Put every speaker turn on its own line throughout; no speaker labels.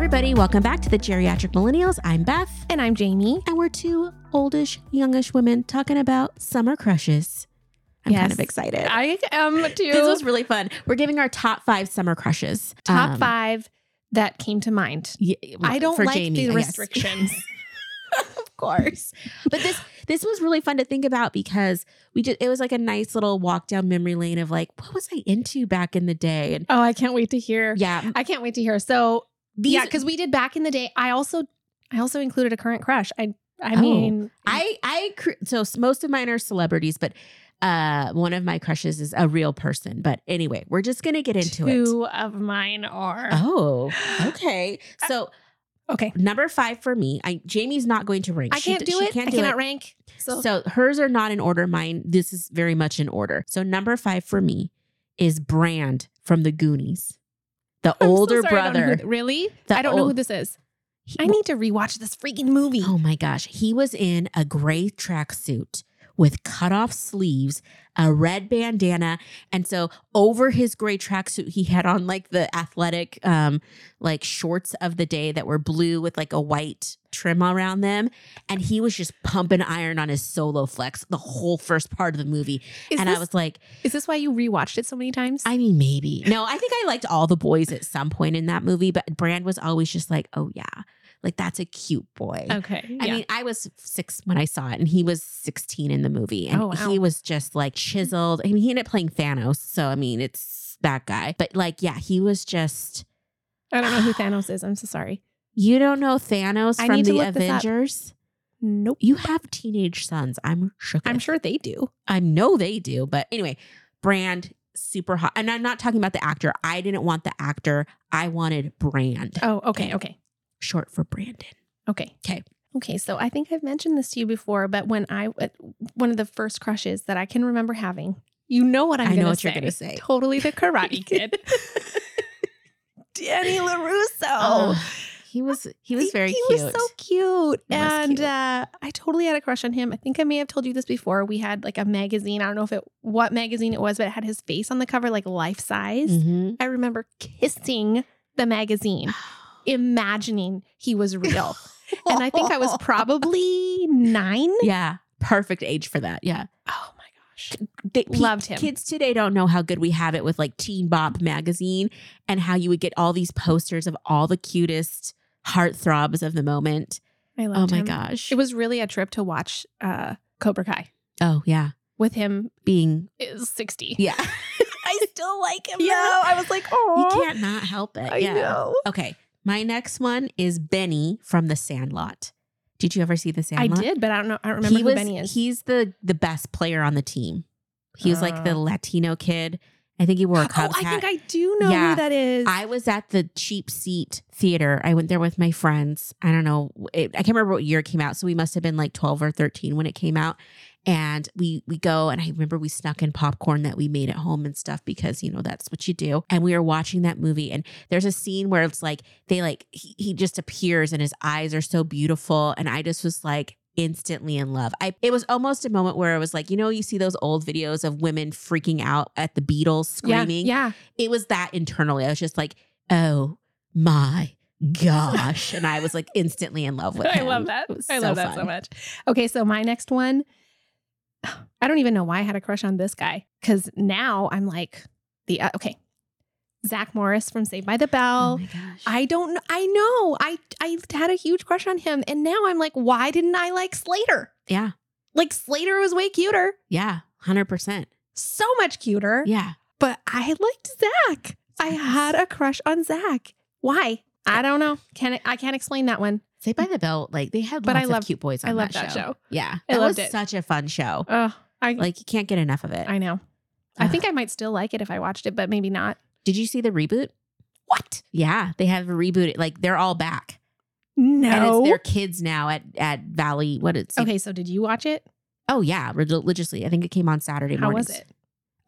everybody. Welcome back to the Geriatric Millennials. I'm Beth,
And I'm Jamie.
and we're two oldish, youngish women talking about summer crushes. I'm kind
Yes.
of excited.
I am too.
this was really fun. We're giving our top five summer crushes.
top
Um,
five that came to mind.
yeah,
I don't
for
like
Jamie,
the
I guess.
restrictions.
of course. But this this was really fun to think about because we did. It was like a nice little walk down memory lane of like, what was I into back in the day? And
oh, I can't wait to hear.
yeah,
I can't wait to hear. So
these.
yeah, because we did back in the day. I also I also included a current crush. I I
Oh.
mean
I I cr- so s- most of mine are celebrities, but uh, one of my crushes is a real person. But anyway, we're just gonna get into it.
two of mine are
Oh, okay. So
okay.
number five for me, I Jamie's not going to rank.
I
She
can't
d-
do
she
it.
Can't
I
do
cannot
it.
rank. So,
So hers are not in order. Mine, this is very much in order. So number five for me is Brand from the Goonies, the
I'm so
older
sorry, I don't know
brother.
who- really?
The
I don't know who
old-
this is.
He-
I need to rewatch this freaking movie.
Oh my gosh. He was in a gray tracksuit with cut off sleeves, a red bandana. And so over his gray tracksuit, he had on like the athletic um like shorts of the day that were blue with like a white trim around them. And he was just pumping iron on his solo flex the whole first part of the movie.
is,
and
this,
I was like,
is this why you rewatched it so many times?
I mean, maybe. No, I think I liked all the boys at some point in that movie, but Brand was always just like, oh yeah, like that's a cute boy.
okay.
I
yeah.
mean, I was six when I saw it, and he was 16 in the movie. And
Oh, wow.
he was just like chiseled. I mean, he ended up playing Thanos. So, I mean, it's that guy. But, like, yeah, he was just,
I don't know who Thanos is. I'm so sorry.
you don't know Thanos
I
from
need to
the
look this up.
Avengers?
Nope.
You have teenage sons. I'm shook.
I'm sure they do.
I know they do. But anyway, Brand, super hot. And I'm not talking about the actor. I didn't want the actor, I wanted Brand,
Oh, okay, okay,
short for Brandon.
okay,
'Kay.
okay. So I think I've mentioned this to you before, but when I uh, one of the first crushes that I can remember having, you know what I'm.
I know
gonna
what
say.
you're gonna say.
Totally the Karate Kid, Danny Larusso.
he was he was Oh, very
Oh. he
cute.
was so cute,
He was
and
cute.
Uh, I totally had a crush on him. I think I may have told you this before. We had like a magazine. I don't know if it what magazine it was, but it had his face on the cover, like life size.
Mhm.
I remember kissing the magazine,
Mm-hmm.
imagining he was real. and I think I was probably nine.
Yeah. Perfect age for that. Yeah.
Oh my gosh.
They,
Loved him.
Kids today don't know how good we have it with like Teen Bop magazine and how you would get all these posters of all the cutest heartthrobs of the moment.
I
Oh
loved
my
him.
gosh.
It was really a trip to watch uh, Cobra Kai
oh, yeah.
with him
Being,
is 60.
yeah.
I still like him.
Yeah.
though. I was like,
you
oh.
can't not help it.
I
yeah.
know.
Okay. My next one is Benny from The Sandlot. Did you ever see The
I
Sandlot?
did, but I don't know. I don't remember
he
who
was,
Benny is.
He's the the best player on the team. He was like the
Oh.
Latino kid. I think he wore a
oh,
Cubs
I
hat.
think I do know
Yeah.
who that is.
I was at the cheap seat theater. I went there with my friends. I don't know. It, I can't remember what year it came out. So we must have been like 12 or 13 when it came out. And we we go and I remember we snuck in popcorn that we made at home and stuff because you know that's what you do. And we were watching that movie and there's a scene where it's like they like he, he just appears and his eyes are so beautiful and I just was like instantly in love. I it was almost a moment where I was like, you know, you see those old videos of women freaking out at the Beatles
yeah,
screaming
yeah.
it was that internally. I was just like, oh my gosh. And I was like instantly in love with
I
him.
love that.
It was
I
so
love that so
fun.
much. Okay, so my next one, I don't even know why I had a crush on this guy because now I'm like the uh, okay, Zach Morris from Saved by the
Oh
Bell.
my gosh.
I don't. kn- I know. I I had a huge crush on him, and now I'm like, why didn't I like Slater?
yeah.
Like Slater was way cuter,
Yeah. 100%.
so much cuter.
Yeah.
But I liked Zach. I had a crush on Zach. Why? I don't know. Can I, I can't explain that one.
Say by the Bell, like they had
But
lots
I love-
of cute boys on
I love
that,
that show.
Yeah.
I
it was
loved it.
such a fun show.
Oh, I
Like you can't get enough of it.
I know. I
Ugh.
think I might still like it if I watched it, but maybe not.
Did you see the reboot?
What?
Yeah, they have a reboot. Like they're all back. And
No.
it's their kids now at at Valley. What it's
okay, so did you watch it?
Oh yeah, religiously. I think it came on Saturday
How
mornings.
was it?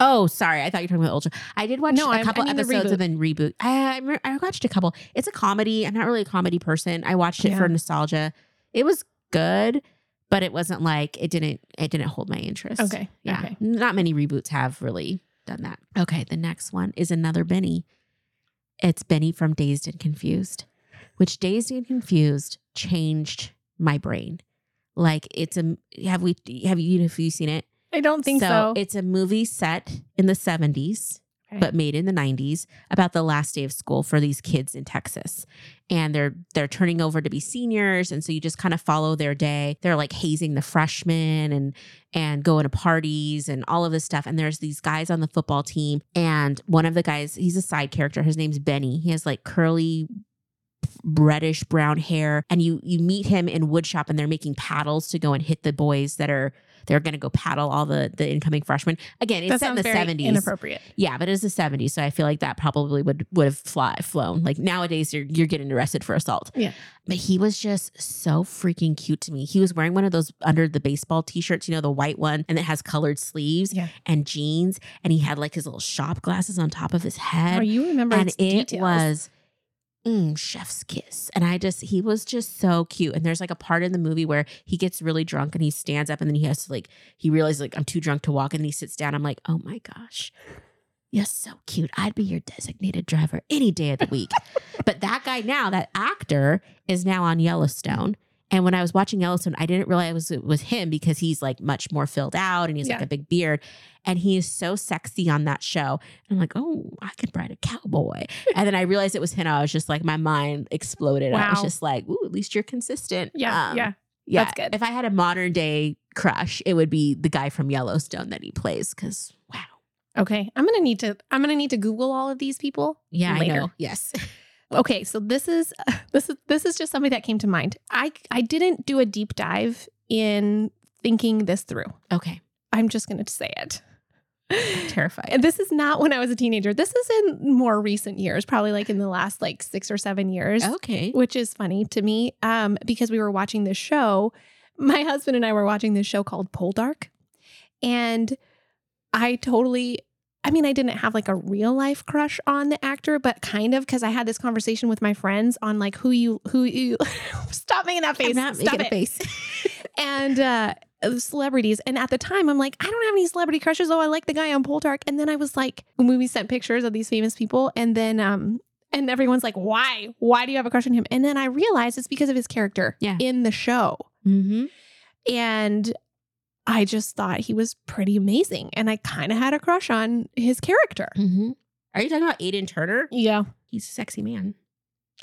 Oh, sorry. I thought you were talking about Ultra. I did watch
No,
a
I- I
couple
mean the
episodes and then reboot. I, I remember- I watched a couple. It's a comedy. I'm not really a comedy person. I watched it
Yeah.
for nostalgia. It was good, but it wasn't like it didn't it didn't hold my interest.
Okay.
Yeah.
Okay.
Not many reboots have really done that. Okay. The next one is another Benny. It's Benny from Dazed and Confused. which Dazed and Confused changed my brain. Like it's a have we have you have you seen it?
I don't think so.
It's a movie set in the 70s,
Okay.
but made in the 90s about the last day of school for these kids in Texas. And they're they're turning over to be seniors. And so you just kind of follow their day. They're like hazing the freshmen and and going to parties and all of this stuff. And there's these guys on the football team. And one of the guys, he's a side character. His name's Benny. He has like curly reddish brown hair and you you meet him in woodshop and they're making paddles to go and hit the boys that are they're going to go paddle all the the incoming freshmen again it's
that
set in
sounds
the
very
70s
inappropriate.
yeah but it's the 70s so i feel like that probably would would have fly, flown like nowadays you're you're getting arrested for assault
Yeah.
but he was just so freaking cute to me he was wearing one of those under the baseball t-shirts you know the white one and it has colored sleeves
Yeah.
and jeans and he had like his little shop glasses on top of his head
Oh, you remember
and
its
it
details.
was mm, chef's kiss and i just he was just so cute and there's like a part in the movie where he gets really drunk and he stands up and then he has to like he realizes like i'm too drunk to walk and he sits down i'm like oh my gosh you're so cute i'd be your designated driver any day of the week but that guy now that actor is now on yellowstone and when I was watching Yellowstone, I didn't realize it was, it was him because he's like much more filled out and he's like
Yeah.
a big beard. And he is so sexy on that show. And I'm like, oh, I could ride a cowboy. and then I realized it was him. I was just like, my mind exploded. I was
Wow.
just like, ooh, at least you're consistent.
Yeah,
Um,
yeah.
yeah.
that's good.
If I had a modern day crush, it would be the guy from Yellowstone that he plays because, wow.
Okay, I'm gonna need to. I'm gonna need to Google all of these people.
Yeah,
later.
I know. Yes.
Okay, so this is this is this is just something that came to mind. I I didn't do a deep dive in thinking this through.
Okay.
I'm just gonna say it.
Terrified.
And this is not when I was a teenager. This is in more recent years, probably like in the last like six or seven years,
Okay.
which is funny to me um, because we were watching this show. My husband and I were watching this show called Poldark. And I totally, I mean, I didn't have like a real life crush on the actor, but kind of because I had this conversation with my friends on like who you, who you, stop making that face.
I'm not
stop
making
it
a face.
and uh, celebrities. And at the time, I'm like, I don't have any celebrity crushes. Oh, I like the guy on Poldark. And then I was like, when we sent pictures of these famous people, and then um, and everyone's like, why? Why do you have a crush on him? And then I realized it's because of his character
Yeah.
in the show.
mm-hmm.
And I just thought he was pretty amazing, and I kind of had a crush on his character.
Mm-hmm. Are you talking about Aiden Turner?
Yeah.
He's a sexy man.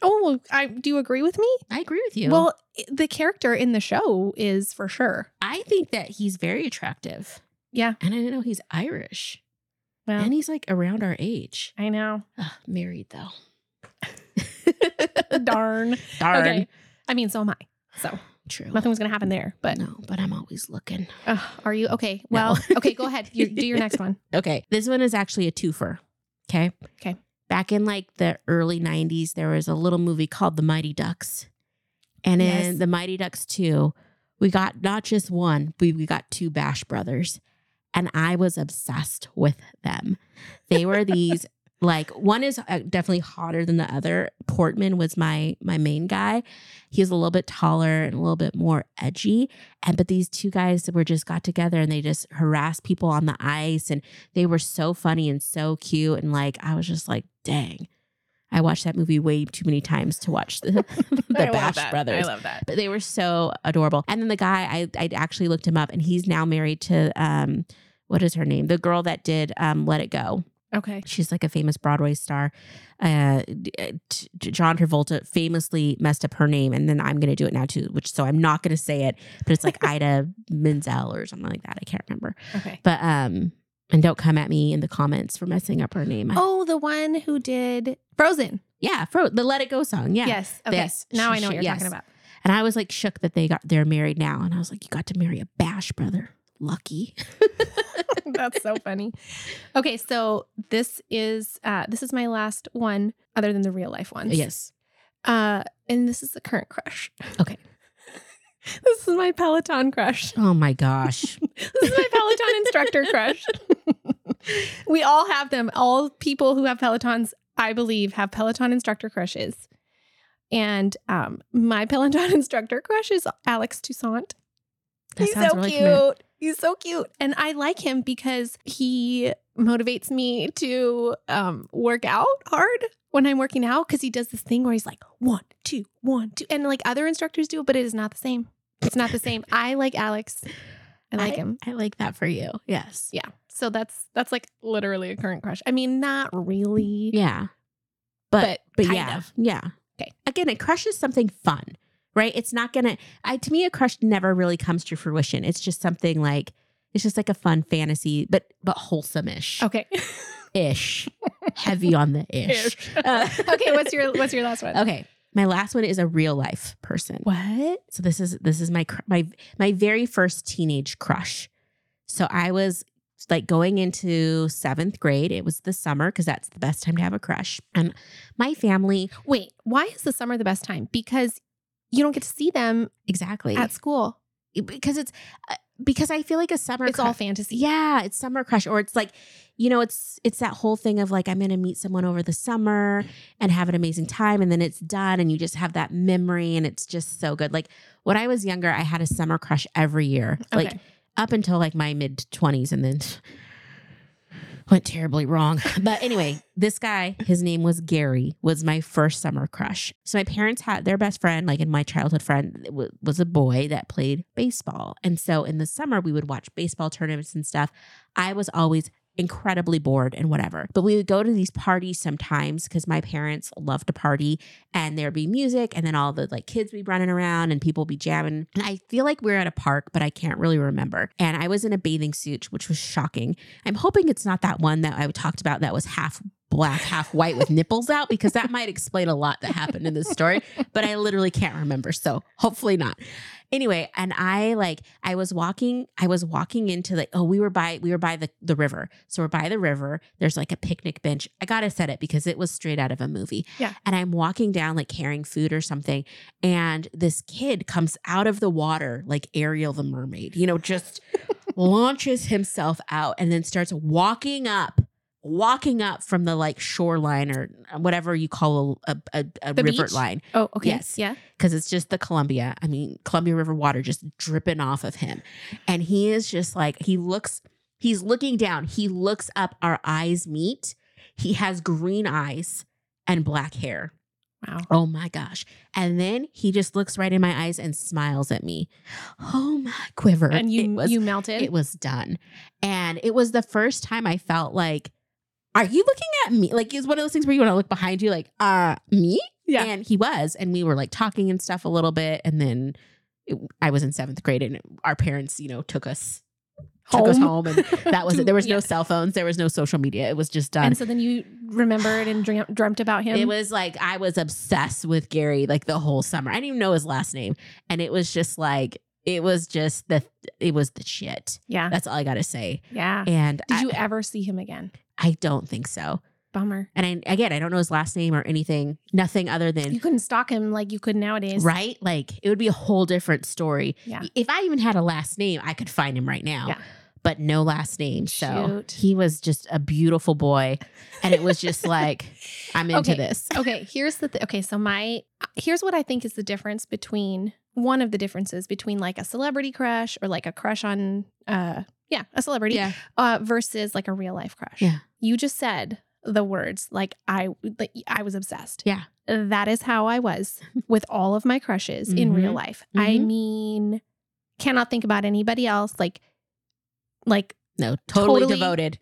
Oh, I do you agree with me?
I agree with you.
Well, i- the character in the show is for sure.
I think that he's very attractive.
Yeah.
And I didn't know he's Irish.
Well,
And he's like around our age.
I know.
Ugh, Ah, married though.
Darn.
Darn.
Okay. I mean, so am I. So
True.
nothing was going to happen there. But
no, but I'm always looking.
Ugh, are you okay? Well, okay, go ahead. You, do your next one.
Okay. This one is actually a twofer. Okay.
Okay.
Back in like the early 90s, there was a little movie called The Mighty Ducks. And in
Yes.
The Mighty Ducks 2, we got not just one, we, we got two Bash brothers. And I was obsessed with them. They were these. Like one is uh, definitely hotter than the other. Portman was my my main guy. He was a little bit taller and a little bit more edgy. And but these two guys were just got together and they just harassed people on the ice and they were so funny and so cute and like i was just like dang i watched that movie way too many times to watch the, the
I love
bash
that.
brothers
I love that.
but they were so adorable and then the guy i i actually looked him up and he's now married to um what is her name the girl that did um let it go
Okay.
she's like a famous broadway star uh d- t- john travolta famously messed up her name and then i'm gonna do it now too which so i'm not gonna say it but it's like ida menzel or something like that i can't remember
Okay.
but um, and don't come at me in the comments for messing up her name.
Oh, the one who did Frozen.
Yeah, for the Let It Go song. Yeah.
Yes. Okay.
Yes.
Now I know
She-
what you're
yes.
talking about.
And I was like shook that they got they're married now, and I was like, you got to marry a Bash brother. Lucky.
That's so funny. Okay, so this is uh this is my last one other than the real life ones.
yes.
Uh and this is the current crush.
Okay.
this is my Peloton crush.
Oh my gosh.
This is my Peloton instructor crush. we all have them. All people who have Pelotons, I believe, have Peloton instructor crushes. And um, my Peloton instructor crush is Alex Toussaint.
That
He's
sounds
so
really
cute.
familiar.
He's so cute. And I like him because he motivates me to um, work out hard when I'm working out because he does this thing where he's like, one, two, one, two. And like other instructors do, but it is not the same. It's not the same. I like Alex. I like him.
I like that for you. Yes.
Yeah. So that's that's like literally a current crush. I mean, not really.
Yeah.
But,
But
kind
yeah.
of.
Yeah.
Okay.
Again, a crush is something fun, right? It's not gonna I to me a crush never really comes to fruition. It's just something like it's just like a fun fantasy, but but wholesome ish.
Okay.
Ish. Heavy on the ish. Uh,
okay, what's your what's your last one?
Okay. My last one is a real life person.
What?
So this is this is my cr- my my very first teenage crush. So I was like going into 7th grade. It was the summer cuz that's the best time to have a crush. And my family
Wait, why is the summer the best time? Because you don't get to see them
exactly
at school.
because it's uh, because I feel like a summer
It's all
cru-
fantasy.
yeah, it's summer crush or it's like you know it's it's that whole thing of like I'm going to meet someone over the summer and have an amazing time and then it's done and you just have that memory and it's just so good. Like when I was younger, I had a summer crush every year. Like
okay.
up until like my mid 20s and then went terribly wrong. But anyway, this guy, his name was Gary, was my first summer crush. So my parents had their best friend, like in my childhood friend, w- was a boy that played baseball. And so in the summer, we would watch baseball tournaments and stuff. I was always incredibly bored and whatever. But we would go to these parties sometimes because my parents loved to party and there'd be music and then all the like kids would be running around and people would be jamming. And I feel like we were at a park, but I can't really remember. And I was in a bathing suit, which was shocking. I'm hoping it's not that one that I talked about that was half black, half white with nipples out, because that might explain a lot that happened in this story. But I literally can't remember. So hopefully not. Anyway, and I like I was walking, I was walking into like, oh, we were by we were by the, the river. So we're by the river. There's like a picnic bench. I gotta set it because it was straight out of a movie.
Yeah.
And I'm walking down like carrying food or something. And this kid comes out of the water like Ariel the mermaid, you know, just launches himself out and then starts walking up, walking up from the like shoreline or whatever you call a, a, a
The
river
beach?
line
Oh, okay.
Yes.
Yeah.
because it's just the Columbia. I mean, Columbia River water just dripping off of him. And he is just like, he looks, he's looking down. He looks up, our eyes meet. He has green eyes and black hair.
Wow.
Oh my gosh. And then he just looks right in my eyes and smiles at me. Oh my quiver.
And
It
you
was
you melted.
it was done. And it was the first time I felt like, are you looking at me? Like it's one of those things where you want to look behind you, like, uh, me?
Yeah.
And he was. And we were like talking and stuff a little bit. And then it, I was in seventh grade and our parents, you know, took us took us home. And that was it. There was no
Yeah.
cell phones. There was no social media. It was just done.
And so then you remembered and dream- dreamt about him.
It was like I was obsessed with Gary like the whole summer. I didn't even know his last name. And it was just like it was just the it was the shit.
yeah.
That's all I gotta say.
Yeah.
And
Did
I-
you ever see him again?
I don't think so.
Bummer.
And I, again, I don't know his last name or anything, nothing other
You
than,
couldn't stalk him like you could nowadays.
right? Like it would be a whole different story.
Yeah.
If I even had a last name, I could find him right now,
Yeah.
but no last name. So
Shoot.
he was just a beautiful boy. And it was just like, I'm into
Okay.
this.
okay here's the th- okay so my here's what i think is the difference between one of the differences between like a celebrity crush or like a crush on uh yeah a celebrity
Yeah.
uh versus like a real life crush
Yeah.
you just said the words like i like, i was obsessed
Yeah.
that is how i was with all of my crushes in real
Mhm.
life i
Mhm.
mean cannot think about anybody else like like
No, totally,
Totally
devoted.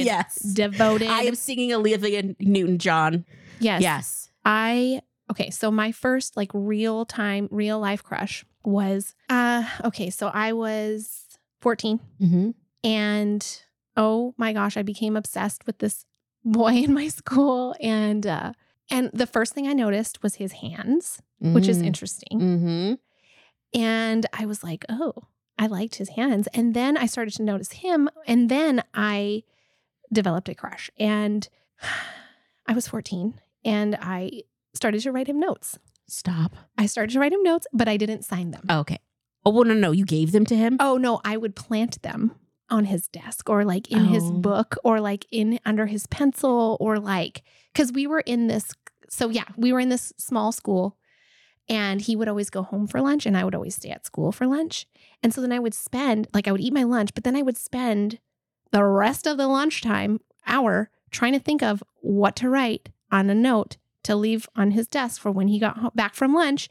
yes.
devoted
I am singing Olivia Newton John.
yes
Yes.
I okay, so my first like real time, real life crush was uh okay, so I was 14
Mm-hmm.
and oh my gosh, I became obsessed with this boy in my school and uh and the first thing I noticed was his hands, which
Mm.
is interesting.
Mm-hmm.
And I was like, oh, I liked his hands. And then I started to notice him. And then I developed a crush. And I was 14 and I started to write him notes.
Stop.
I started to write him notes, but I didn't sign them.
Oh, okay. Oh, well, no, no. You gave them to him?
Oh no, I would plant them on his desk or like in his
Oh.
book or like in under his pencil or like cuz we were in this so yeah, we were in this small school And he would always go home for lunch and I would always stay at school for lunch. And so then I would spend, like, I would eat my lunch, but then I would spend the rest of the lunchtime hour trying to think of what to write on a note to leave on his desk for when he got ho- back from lunch.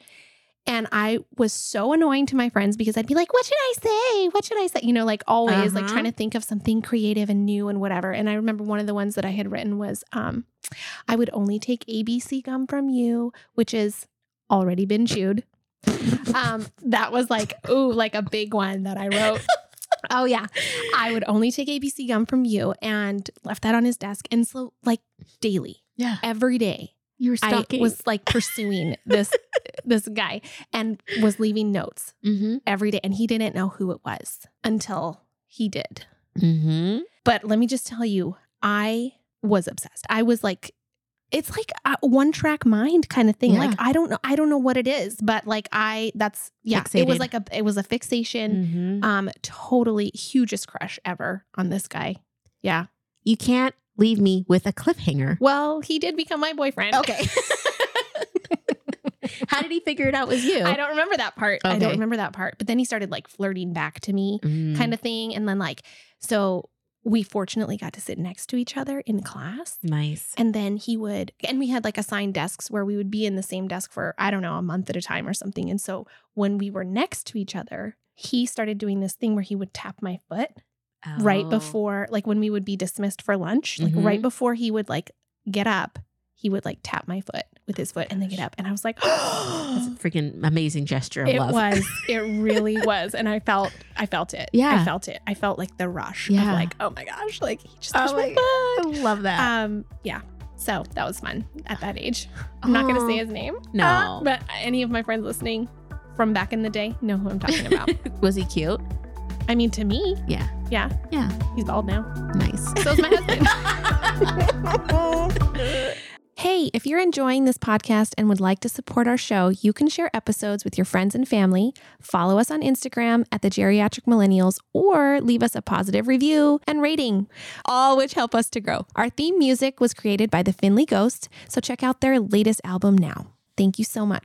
And I was so annoying to my friends because I'd be like, what should I say? What should I say? You know, like always, like
Uh-huh.
trying to think of something creative and new and whatever. And I remember one of the ones that I had written was, um, I would only take ABC gum from you, which is already been chewed. Um, that was like, ooh, like a big one that I wrote. oh, yeah. I would only take ABC gum from you and left that on his desk. And so, like, daily,
yeah.
every day,
You were
I was like pursuing this this guy and was leaving notes
mm-hmm.
every day. And he didn't know who it was until he did.
Mm-hmm.
But let me just tell you, I was obsessed. I was like, it's like a one track mind kind of thing.
Yeah.
Like I don't know, I don't know what it is, but like I, that's yeah, it was
Fixated.
like a, it was a fixation.
Mm-hmm.
Um, totally hugest crush ever on this guy. Yeah.
You can't leave me with a cliffhanger.
Well, he did become my boyfriend.
Okay. How did he figure it out was you?
I don't remember that part. I
Okay.
don't remember that part. But then he started like flirting back to me,
Mm.
kind of thing. And then like, so we fortunately got to sit next to each other in class.
nice.
And then he would, and we had like assigned desks where we would be in the same desk for, I don't know, a month at a time or something. And so when we were next to each other, he started doing this thing where he would tap my foot right
Oh.
before, like when we would be dismissed for lunch, like
Mhm.
right before he would like get up, he would like tap my foot with his foot and then get up. And I was like,
That's a freaking amazing gesture of
it
love.
was, it really was. And I felt, I felt it.
Yeah.
I felt it. I felt like the rush
Yeah.
of like, oh my gosh, like he just
Oh
touched
my
my foot.
love that.
Um, yeah. So that was fun at that age. I'm not going to say his name.
Oh. No.
Uh, but any of my friends listening from back in the day know who I'm talking about.
was he cute?
I mean, to me.
Yeah.
Yeah.
Yeah.
He's bald now.
Nice.
So's my husband. Hey, if you're enjoying this podcast and would like to support our show, you can share episodes with your friends and family, follow us on Instagram at the Geriatric Millennials, or leave us a positive review and rating, all which help us to grow. Our theme music was created by the Finley Ghost, so check out their latest album now. Thank you so much.